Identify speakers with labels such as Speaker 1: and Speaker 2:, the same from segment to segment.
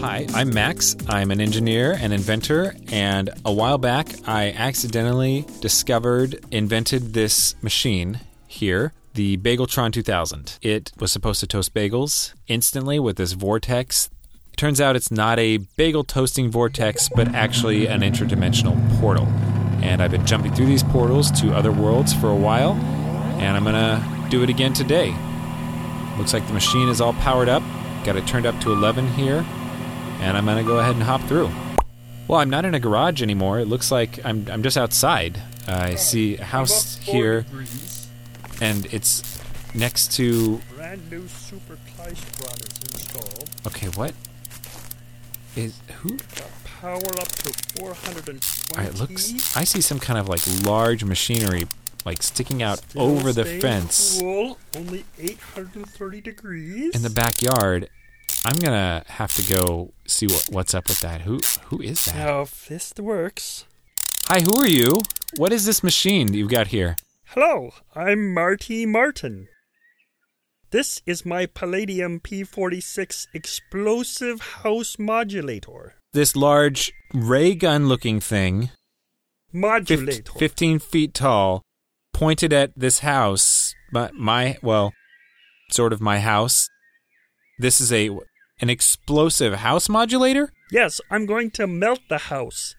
Speaker 1: Hi, I'm Max. I'm an engineer and inventor. And a while back, I accidentally discovered, invented this machine here, the Bageltron 2000. It was supposed to toast bagels instantly with this vortex. Turns out it's not a bagel toasting vortex, but actually an interdimensional portal. And I've been jumping through these portals to other worlds for a while, and I'm gonna do it again today. Looks like the machine is all powered up. Got it turned up to 11 here, and I'm gonna go ahead and hop through. Well, I'm not in a garage anymore. It looks like I'm, I'm just outside. I see a house
Speaker 2: Above four
Speaker 1: here,
Speaker 2: degrees.
Speaker 1: and it's next to.
Speaker 2: Brand new super Kleistron is installed.
Speaker 1: Okay, what is who?
Speaker 2: Power up to 420.
Speaker 1: All right, looks. I see some kind of like large machinery, like sticking out over the
Speaker 2: Stays
Speaker 1: fence
Speaker 2: Cool. Only 830 degrees.
Speaker 1: in the backyard. I'm gonna have to go see what, what's up with that. Who who is that?
Speaker 2: Now, if this works.
Speaker 1: Hi, who are you? What is this machine that you've got here?
Speaker 2: Hello, I'm Marty Martin. This is my Palladium P46 explosive house modulator.
Speaker 1: This large ray gun looking thing, fif-
Speaker 2: Modulator.
Speaker 1: 15 feet tall, pointed at this house, my, my well, sort of my house. This is a an explosive house modulator?
Speaker 2: Yes, I'm going to melt the house.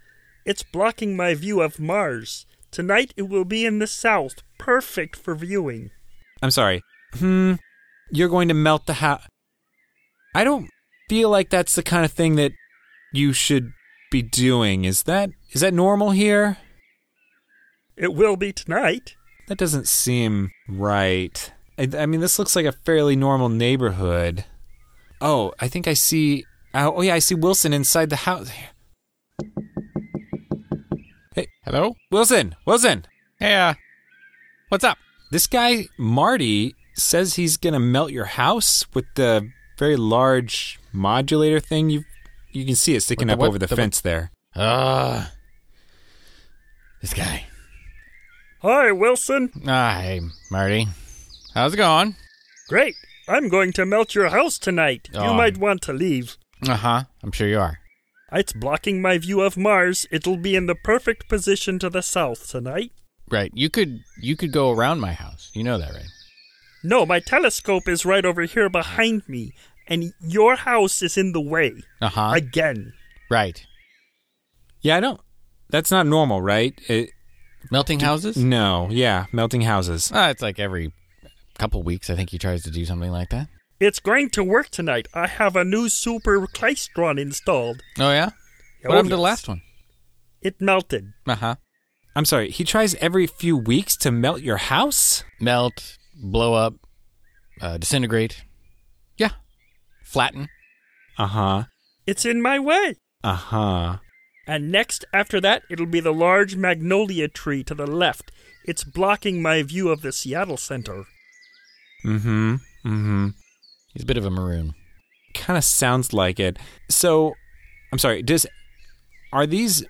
Speaker 2: It's blocking my view of Mars. Tonight it will be in the south, perfect for viewing.
Speaker 1: I'm sorry. Hmm. You're going to melt the house. I don't feel like that's the kind of thing that you should be doing. Is that is that normal here?
Speaker 2: It will be tonight.
Speaker 1: That doesn't seem right. I, I mean, this looks like a fairly normal neighborhood. Oh, I think I see. Oh, oh yeah, I see Wilson inside the house. Hey,
Speaker 3: Hello?
Speaker 1: Wilson, Wilson.
Speaker 3: Hey, uh, what's up?
Speaker 1: This guy Marty says he's gonna melt your house with the very large modulator thing. You you can see it sticking
Speaker 3: With the
Speaker 1: up
Speaker 3: what?
Speaker 1: over the,
Speaker 3: The what?
Speaker 1: fence there.
Speaker 3: Uh, this guy.
Speaker 2: Hi, Wilson.
Speaker 3: Ah, hey, Marty. How's it going?
Speaker 2: Great. I'm going to melt your house tonight. You
Speaker 3: Um.
Speaker 2: might want to leave.
Speaker 3: Uh huh. I'm sure you are.
Speaker 2: It's blocking my view of Mars. It'll be in the perfect position to the south tonight.
Speaker 3: Right. You could you could go around my house. You know that, right?
Speaker 2: No, my telescope is right over here behind me, and your house is in the way.
Speaker 3: Uh huh.
Speaker 2: Again.
Speaker 3: Right.
Speaker 1: Yeah, I don't. That's not normal, right? It,
Speaker 3: Melting houses?
Speaker 1: no. Yeah, melting houses.
Speaker 3: Uh, it's like every couple weeks. I think he tries to do something like that.
Speaker 2: It's going to work tonight. I have a new super Kleistron installed.
Speaker 3: Oh yeah.
Speaker 2: Oh,
Speaker 3: What happened to the
Speaker 2: yes.
Speaker 3: last one?
Speaker 2: It melted.
Speaker 3: Uh huh.
Speaker 1: I'm sorry, he tries every few weeks to melt your house?
Speaker 3: Melt, blow up, uh, disintegrate. Yeah. Flatten.
Speaker 1: Uh huh.
Speaker 2: It's in my way.
Speaker 1: Uh huh.
Speaker 2: And next, after that, it'll be the large magnolia tree to the left. It's blocking my view of the Seattle Center.
Speaker 1: Mm hmm. Mm hmm.
Speaker 3: He's a bit of a maroon.
Speaker 1: Kind of sounds like it. So, I'm sorry, does. Are these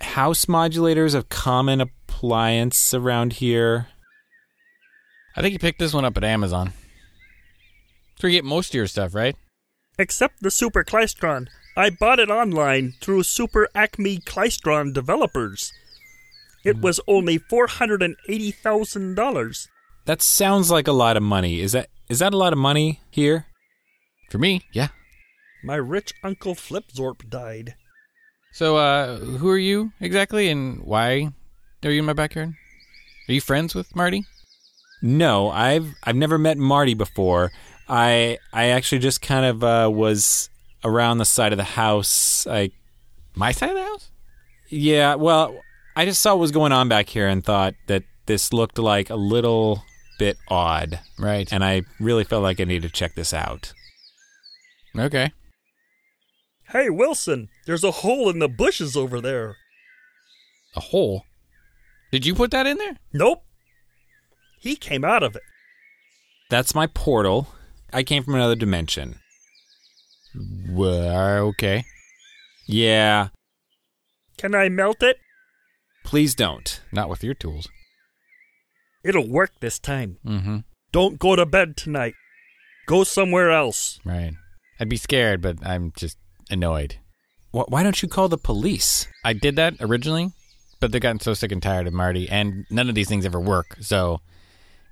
Speaker 1: house modulators a common appliance around here?
Speaker 3: I think you picked this one up at Amazon. That's where you get most of your stuff, right?
Speaker 2: Except the super Kleistron. I bought it online through Super Acme Kleistron Developers.
Speaker 3: Hmm.
Speaker 2: It was only $480,000.
Speaker 1: That sounds like a lot of money. Is that is that a lot of money here?
Speaker 3: For me, yeah.
Speaker 2: My rich uncle Flipzorp died.
Speaker 3: So, uh, who are you exactly, and why are you in my backyard? Are you friends with Marty?
Speaker 1: No, I've I've never met Marty before. I I actually just kind of uh, was around the side of the house. I
Speaker 3: My side of the house?
Speaker 1: Yeah, well, I just saw what was going on back here and thought that this looked like a little bit odd,
Speaker 3: Right.
Speaker 1: and I really felt like I needed to check this out.
Speaker 3: okay.
Speaker 2: Hey, Wilson, there's a hole in the bushes over there.
Speaker 3: A hole. Did you put that in there?
Speaker 2: Nope. He came out of it.
Speaker 1: That's my portal. I came from another dimension.
Speaker 3: Well, okay.
Speaker 1: Yeah,
Speaker 2: Can I melt it?
Speaker 1: please don't.
Speaker 3: Not with your tools.
Speaker 2: It'll work this time.
Speaker 3: Mm-hmm.
Speaker 2: Don't go to bed tonight. Go somewhere else.
Speaker 3: Right. I'd be scared, but I'm just annoyed.
Speaker 1: Wh- why don't you call the police?
Speaker 3: I did that originally, but they've gotten so sick and tired of Marty, and none of these things ever work, so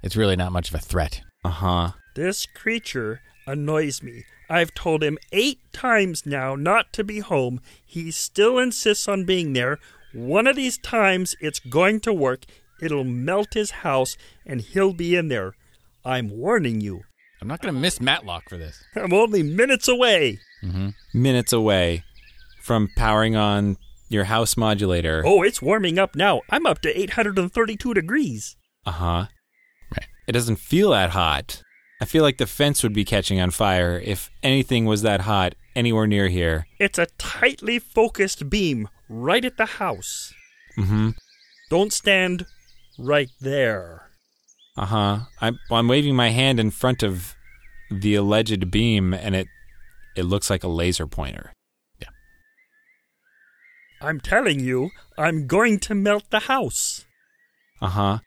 Speaker 3: it's really not much of a threat.
Speaker 1: Uh huh.
Speaker 2: This creature annoys me. I've told him eight times now not to be home. He still insists on being there. One of these times it's going to work. It'll melt his house and he'll be in there. I'm warning you.
Speaker 3: I'm not going to miss Matlock for this.
Speaker 2: I'm only minutes away.
Speaker 1: Minutes away from powering on your house modulator.
Speaker 2: Oh, it's warming up now. I'm up to 832 degrees.
Speaker 1: Uh huh.
Speaker 3: Right.
Speaker 1: It doesn't feel that hot. I feel like the fence would be catching on fire if anything was that hot anywhere near here.
Speaker 2: It's a tightly focused beam right at the house.
Speaker 1: Mm hmm.
Speaker 2: Don't stand right there.
Speaker 1: Uh huh. I'm, well, I'm waving my hand in front of the alleged beam, and it it looks like a laser pointer.
Speaker 2: I'm telling you, I'm going to melt the house.
Speaker 1: Uh huh.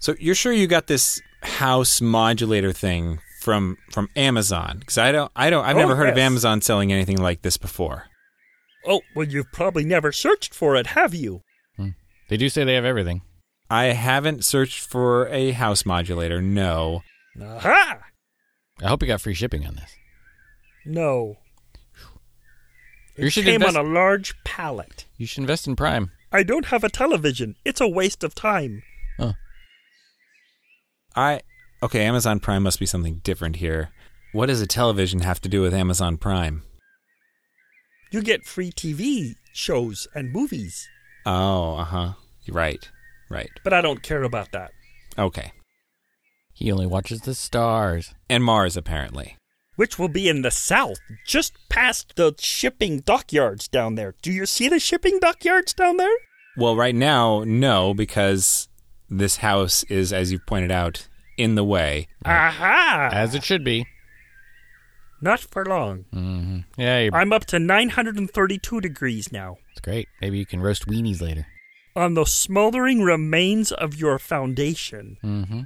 Speaker 1: So you're sure you got this house modulator thing from from Amazon? Because I don't, I don't, I've
Speaker 2: Oh,
Speaker 1: never heard of
Speaker 2: yes.
Speaker 1: Amazon selling anything like this before.
Speaker 2: Oh, well, you've probably never searched for it, have you?
Speaker 3: Hmm. They do say they have everything.
Speaker 1: I haven't searched for a house modulator. No.
Speaker 2: Aha!
Speaker 3: I hope you got free shipping on this.
Speaker 2: No.
Speaker 3: You
Speaker 2: It
Speaker 3: should
Speaker 2: came
Speaker 3: invest-
Speaker 2: on a large pallet.
Speaker 3: You should invest in Prime.
Speaker 2: I don't have a television. It's a waste of time.
Speaker 1: I okay. Amazon Prime must be something different here. What does a television have to do with Amazon Prime?
Speaker 2: You get free TV shows and movies,
Speaker 1: Oh, uh huh. Right, right.
Speaker 2: but I don't care about that.
Speaker 1: Okay.
Speaker 3: He only watches the stars.
Speaker 1: And Mars apparently.
Speaker 2: Which will be in the south, just past the shipping dockyards down there. Do you see the shipping dockyards down there?
Speaker 1: Well, right now, no, because this house is, as you pointed out, in the way.
Speaker 2: Aha!
Speaker 3: As it should be.
Speaker 2: Not for long.
Speaker 3: hmm Yeah, you're,
Speaker 2: I'm up to 932 degrees now.
Speaker 3: it's great. Maybe you can roast weenies later.
Speaker 2: On the smoldering remains of your foundation.
Speaker 3: Mm-hmm.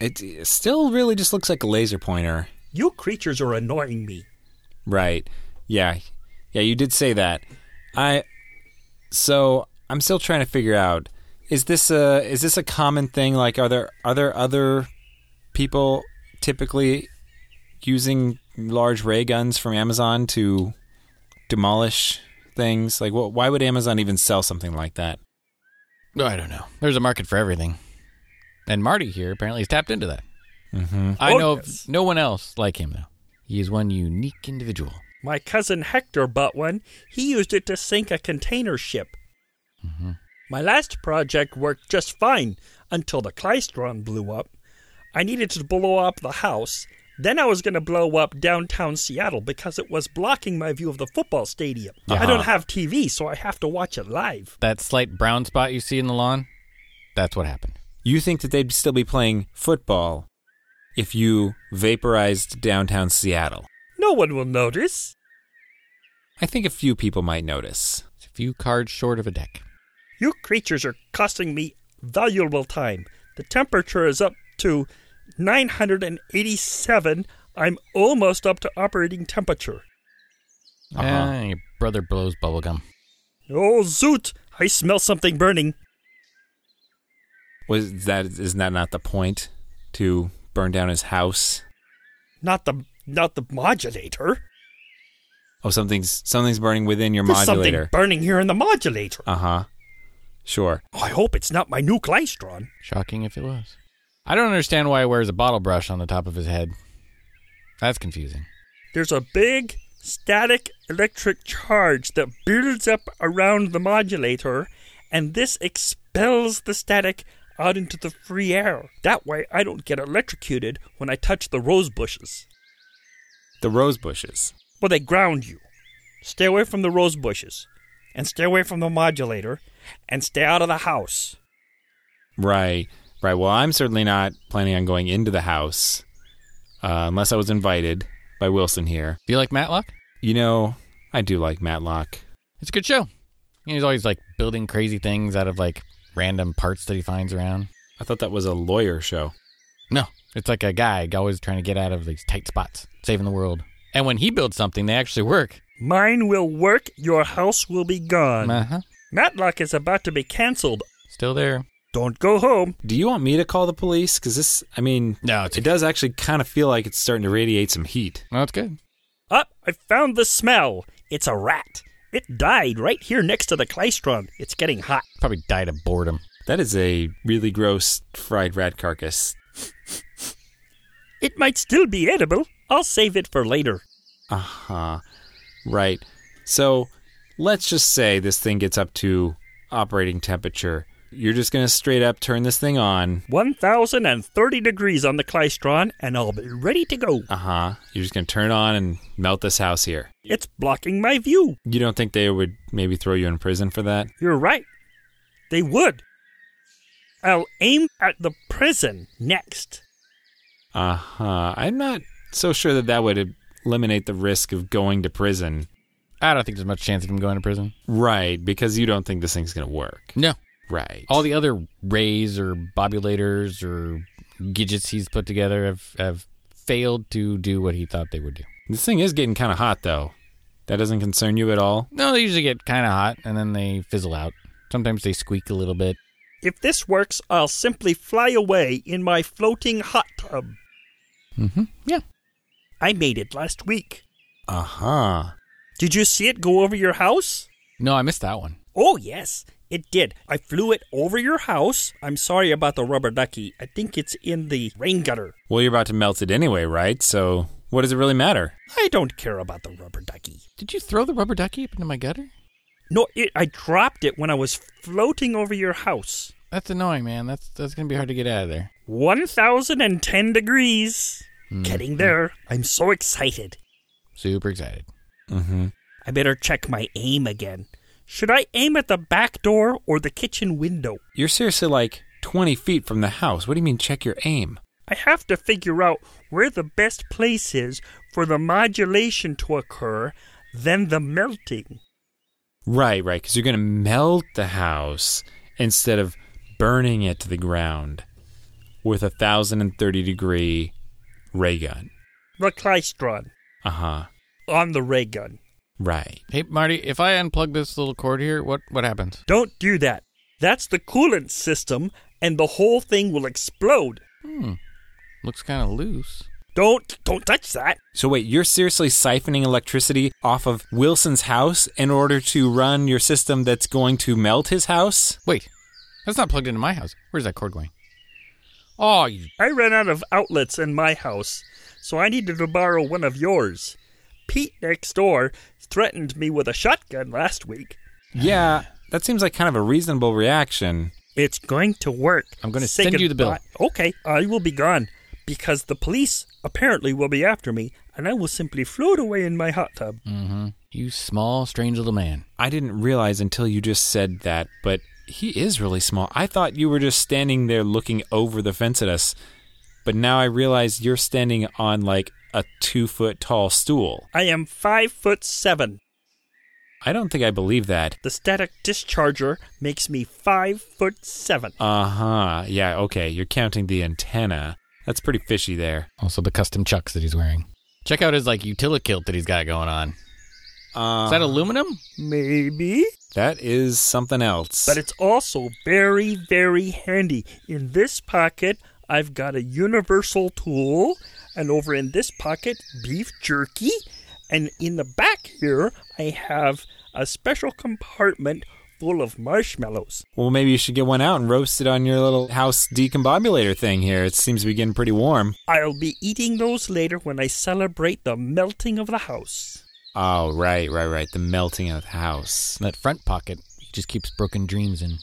Speaker 1: It, it still really just looks like a laser pointer.
Speaker 2: You creatures are annoying me.
Speaker 1: Right. Yeah. Yeah, you did say that. I so I'm still trying to figure out is this a is this a common thing like are there are there other people typically using large ray guns from Amazon to demolish things? Like wh why would Amazon even sell something like that?
Speaker 3: No, I don't know. There's a market for everything. And Marty here apparently has tapped into that.
Speaker 1: Mhm.
Speaker 3: I
Speaker 2: Oh,
Speaker 3: know of
Speaker 2: yes.
Speaker 3: no one else like him, though. He is one unique individual.
Speaker 2: My cousin Hector bought one. He used it to sink a container ship. My last project worked just fine until the Klystron blew up. I needed to blow up the house. Then I was going to blow up downtown Seattle because it was blocking my view of the football stadium. I
Speaker 1: Uh-huh.
Speaker 2: don't have TV, so I have to watch it live.
Speaker 3: That slight brown spot you see in the lawn, that's what happened.
Speaker 1: You think that they'd still be playing football if you vaporized downtown Seattle?
Speaker 2: No one will notice.
Speaker 1: I think a few people might notice.
Speaker 3: It's a few cards short of a deck.
Speaker 2: You creatures are costing me valuable time. The temperature is up to 987. I'm almost up to operating temperature.
Speaker 1: Uh-huh.
Speaker 3: Ah, your brother blows bubblegum.
Speaker 2: Oh, zoot! I smell something burning.
Speaker 1: Was that isn't that not the point to burn down his house?
Speaker 2: Not the not the modulator.
Speaker 1: Oh, something's something's burning within your
Speaker 2: There's something
Speaker 1: modulator.
Speaker 2: burning here in the modulator.
Speaker 1: uh huh. Sure.
Speaker 2: I hope it's not my new Klystron.
Speaker 3: Shocking if it was. I don't understand why he wears a bottle brush on the top of his head. That's confusing.
Speaker 2: There's a big static electric charge that builds up around the modulator, and this expels the static out into the free air. That way, I don't get electrocuted when I touch the rose bushes.
Speaker 1: The rose bushes.
Speaker 2: Well, they ground you. Stay away from the rose bushes, and stay away from the modulator, and stay out of the house.
Speaker 1: Right. Right. Well, I'm certainly not planning on going into the house uh, unless I was invited by Wilson here.
Speaker 3: Do you like Matlock?
Speaker 1: You know, I do like Matlock.
Speaker 3: It's a good show. You know, he's always like building crazy things out of like random parts that he finds around.
Speaker 1: I thought that was a lawyer show.
Speaker 3: No, it's like a guy always trying to get out of these tight spots, saving the world, And when he builds something, they actually work.
Speaker 2: Mine will work, your house will be gone.
Speaker 3: Uh huh.
Speaker 2: Matlock is about to be canceled.
Speaker 3: Still there.
Speaker 2: Don't go home.
Speaker 1: Do you want me to call the police? Because this, I mean,
Speaker 3: No, it's
Speaker 1: it does actually kind of feel like it's starting to radiate some heat.
Speaker 3: Well, it's good.
Speaker 2: Up, I found the smell. It's a rat. It died right here next to the Klystron. It's getting hot.
Speaker 3: Probably died of boredom.
Speaker 1: That is a really gross fried rat carcass.
Speaker 2: It might still be edible. I'll save it for later.
Speaker 1: Uh huh. Right. So let's just say this thing gets up to operating temperature. You're just going to straight up turn this thing on.
Speaker 2: 1030 degrees on the Klystron, and I'll be ready to go.
Speaker 1: Uh huh. You're just going to turn it on and melt this house here.
Speaker 2: It's blocking my view.
Speaker 1: You don't think they would maybe throw you in prison for that?
Speaker 2: You're right. They would. I'll aim at the prison next.
Speaker 1: Uh huh. I'm not so sure that that would eliminate the risk of going to prison.
Speaker 3: I don't think there's much chance of him going to prison.
Speaker 1: Right, because you don't think this thing's going to work.
Speaker 3: No.
Speaker 1: Right.
Speaker 3: All the other rays or bobulators or gadgets he's put together have, have failed to do what he thought they would do.
Speaker 1: This thing is getting kind of hot, though. That doesn't concern you at all?
Speaker 3: No, they usually get kind of hot and then they fizzle out. Sometimes they squeak a little bit.
Speaker 2: If this works, I'll simply fly away in my floating hot tub.
Speaker 3: Mm-hmm. Yeah.
Speaker 2: I made it last week.
Speaker 1: Uh huh.
Speaker 2: Did you see it go over your house?
Speaker 3: No, I missed that one.
Speaker 2: Oh, yes, it did. I flew it over your house. I'm sorry about the rubber ducky. I think it's in the rain gutter.
Speaker 1: Well, you're about to melt it anyway, right? So what does it really matter?
Speaker 2: I don't care about the rubber ducky.
Speaker 3: Did you throw the rubber ducky up into my gutter?
Speaker 2: No, it, I dropped it when I was floating over your house.
Speaker 3: That's annoying, man. That's that's gonna be hard to get out of there.
Speaker 2: 1010 degrees.
Speaker 3: Mm-hmm. Mm.
Speaker 2: Getting there. I'm so excited.
Speaker 3: Super excited.
Speaker 1: Mm hmm.
Speaker 2: I better check my aim again. Should I aim at the back door or the kitchen window?
Speaker 1: You're seriously like 20 feet from the house. What do you mean, check your aim?
Speaker 2: I have to figure out where the best place is for the modulation to occur, then the melting.
Speaker 1: Right, right, because you're going to melt the house instead of burning it to the ground with a 1,030 degree ray gun.
Speaker 2: The Klystron
Speaker 1: Uh huh.
Speaker 2: on the ray gun.
Speaker 1: Right.
Speaker 3: Hey Marty, if I unplug this little cord here, what what happens?
Speaker 2: Don't do that. That's the coolant system, and the whole thing will explode.
Speaker 3: Hmm. Looks kinda loose.
Speaker 2: Don't don't touch that.
Speaker 1: So wait, you're seriously siphoning electricity off of Wilson's house in order to run your system that's going to melt his house?
Speaker 3: Wait. That's not plugged into my house. Where's that cord going? Oh you
Speaker 2: I ran out of outlets in my house, so I needed to borrow one of yours. Pete next door threatened me with a shotgun last week.
Speaker 1: Yeah, that seems like kind of a reasonable reaction.
Speaker 2: It's going to work.
Speaker 3: I'm gonna
Speaker 2: Say
Speaker 3: send you the bill.
Speaker 2: goodbye. Okay, I will be gone because the police apparently will be after me, and I will simply float away in my hot tub.
Speaker 3: Mm-hmm. You small, strange little man.
Speaker 1: I didn't realize until you just said that, but he is really small. I thought you were just standing there looking over the fence at us, but now I realize you're standing on like a two foot tall stool.
Speaker 2: I am five foot seven.
Speaker 1: I don't think I believe that.
Speaker 2: The static discharger makes me five foot seven.
Speaker 1: Uh huh. Yeah, okay. You're counting the antenna. That's pretty fishy there.
Speaker 3: Also the custom chucks that he's wearing. Check out his like utilikilt that he's got going on.
Speaker 1: Uh,
Speaker 3: Is that aluminum?
Speaker 2: Maybe.
Speaker 1: that is something else.
Speaker 2: But it's also very, very handy. In this pocket, I've got a universal tool, and over in this pocket, beef jerky. And in the back here, I have a special compartment full of marshmallows.
Speaker 1: Well, maybe you should get one out and roast it on your little house decombobulator thing here. It seems to be getting pretty warm.
Speaker 2: I'll be eating those later when I celebrate the melting of the house.
Speaker 1: Oh, right, right, right. The melting of the house.
Speaker 3: That front pocket he just keeps broken dreams in.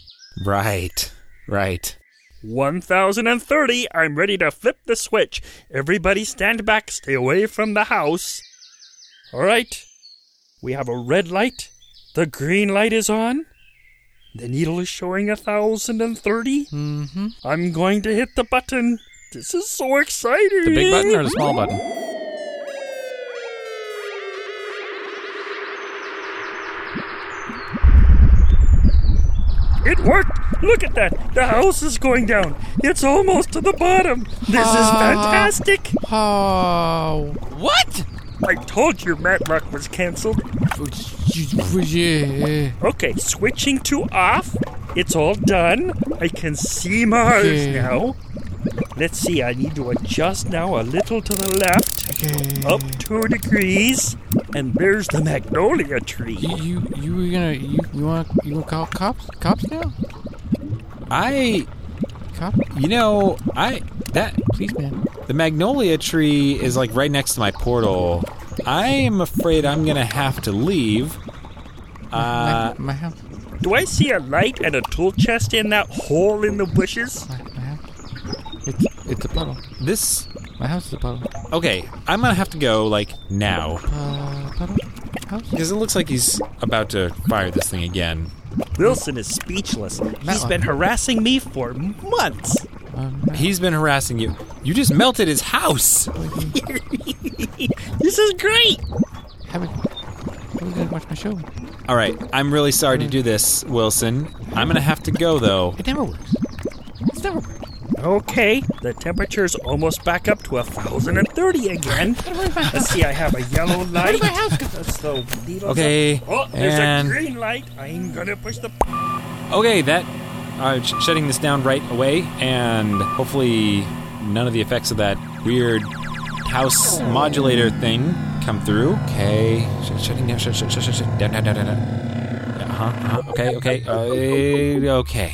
Speaker 1: Right, right.
Speaker 2: 1030, I'm ready to flip the switch. Everybody stand back, stay away from the house. All right. We have a red light. The green light is on. The needle is showing 1030.
Speaker 3: Mm-hmm.
Speaker 2: I'm going to hit the button. This is so exciting.
Speaker 3: The big button or the small button?
Speaker 2: It worked. Look at that. The house is going down. It's almost to the bottom. This is
Speaker 3: Ah.
Speaker 2: fantastic.
Speaker 3: Oh, what? Oh,
Speaker 2: I told you Matlock was canceled. Okay, switching to off. It's all done. I can see Mars
Speaker 3: Okay.
Speaker 2: now. Let's see, I need to adjust now a little to the left, up two degrees, and there's the magnolia tree.
Speaker 3: You, you you were gonna you, you want you gonna call cops cops now?
Speaker 1: I,
Speaker 3: Cop
Speaker 1: you know, I that
Speaker 3: please man.
Speaker 1: the magnolia tree is like right next to my portal. I am afraid I'm gonna have to leave. Uh,
Speaker 3: my, my house
Speaker 2: Do I see a light and a tool chest in that hole in the bushes?
Speaker 3: my, my house. It's it's a puddle.
Speaker 1: this
Speaker 3: My house is a puddle.
Speaker 1: okay. I'm gonna have to go like now
Speaker 3: Uh, puddle house.
Speaker 1: because it looks like he's about to fire this thing again.
Speaker 2: Wilson is speechless. He's
Speaker 3: one.
Speaker 2: been harassing me for months.
Speaker 3: Um,
Speaker 1: He's been harassing you. You just melted his house.
Speaker 2: This is great.
Speaker 3: have a have a good watch my show.
Speaker 1: All right, I'm really sorry to do this, Wilson. I'm gonna have to go though.
Speaker 3: It never works. It's never works.
Speaker 2: Okay, the temperature's almost back up to 1,030 again. Let's see, I have a yellow light. Let's go. needles
Speaker 1: Okay,
Speaker 2: up. Oh, there's
Speaker 1: and-
Speaker 2: a green light. I'm gonna push the.
Speaker 1: Okay, that I'm sh- shutting this down right away, and hopefully none of the effects of that weird house modulator thing come through. Okay, sh- shutting down, shut, shut, shut, shut, shut, down, down, down, down. down. Uh-huh, uh-huh. Okay, okay, uh, okay.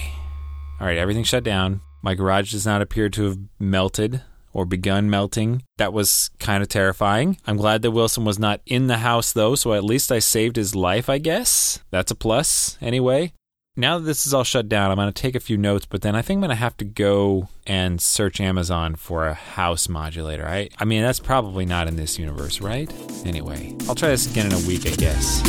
Speaker 1: All right, everything's shut down. My garage does not appear to have melted or begun melting. That was kind of terrifying. I'm glad that Wilson was not in the house, though, so at least I saved his life, I guess. That's a plus, anyway. Now that this is all shut down, I'm going to take a few notes, but then I think I'm going to have to go and search Amazon for a house modulator. I, I mean, that's probably not in this universe, right? Anyway, I'll try this again in a week, I guess.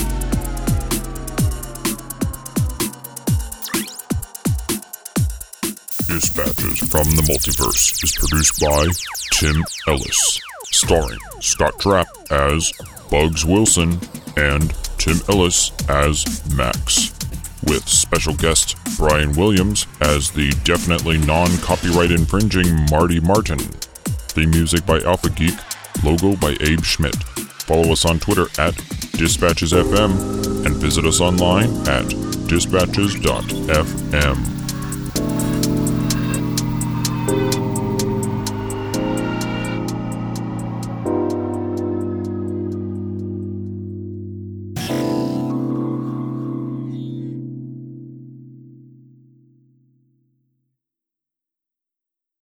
Speaker 4: Dispatches from the Multiverse is produced by Tim Ellis, starring Scott Trapp as Bugs Wilson and Tim Ellis as Max, with special guest Brian Williams as the definitely non copyright infringing Marty Martin. Theme music by Alpha Geek, logo by Abe Schmidt. Follow us on Twitter at DispatchesFM and visit us online at dispatches.fm.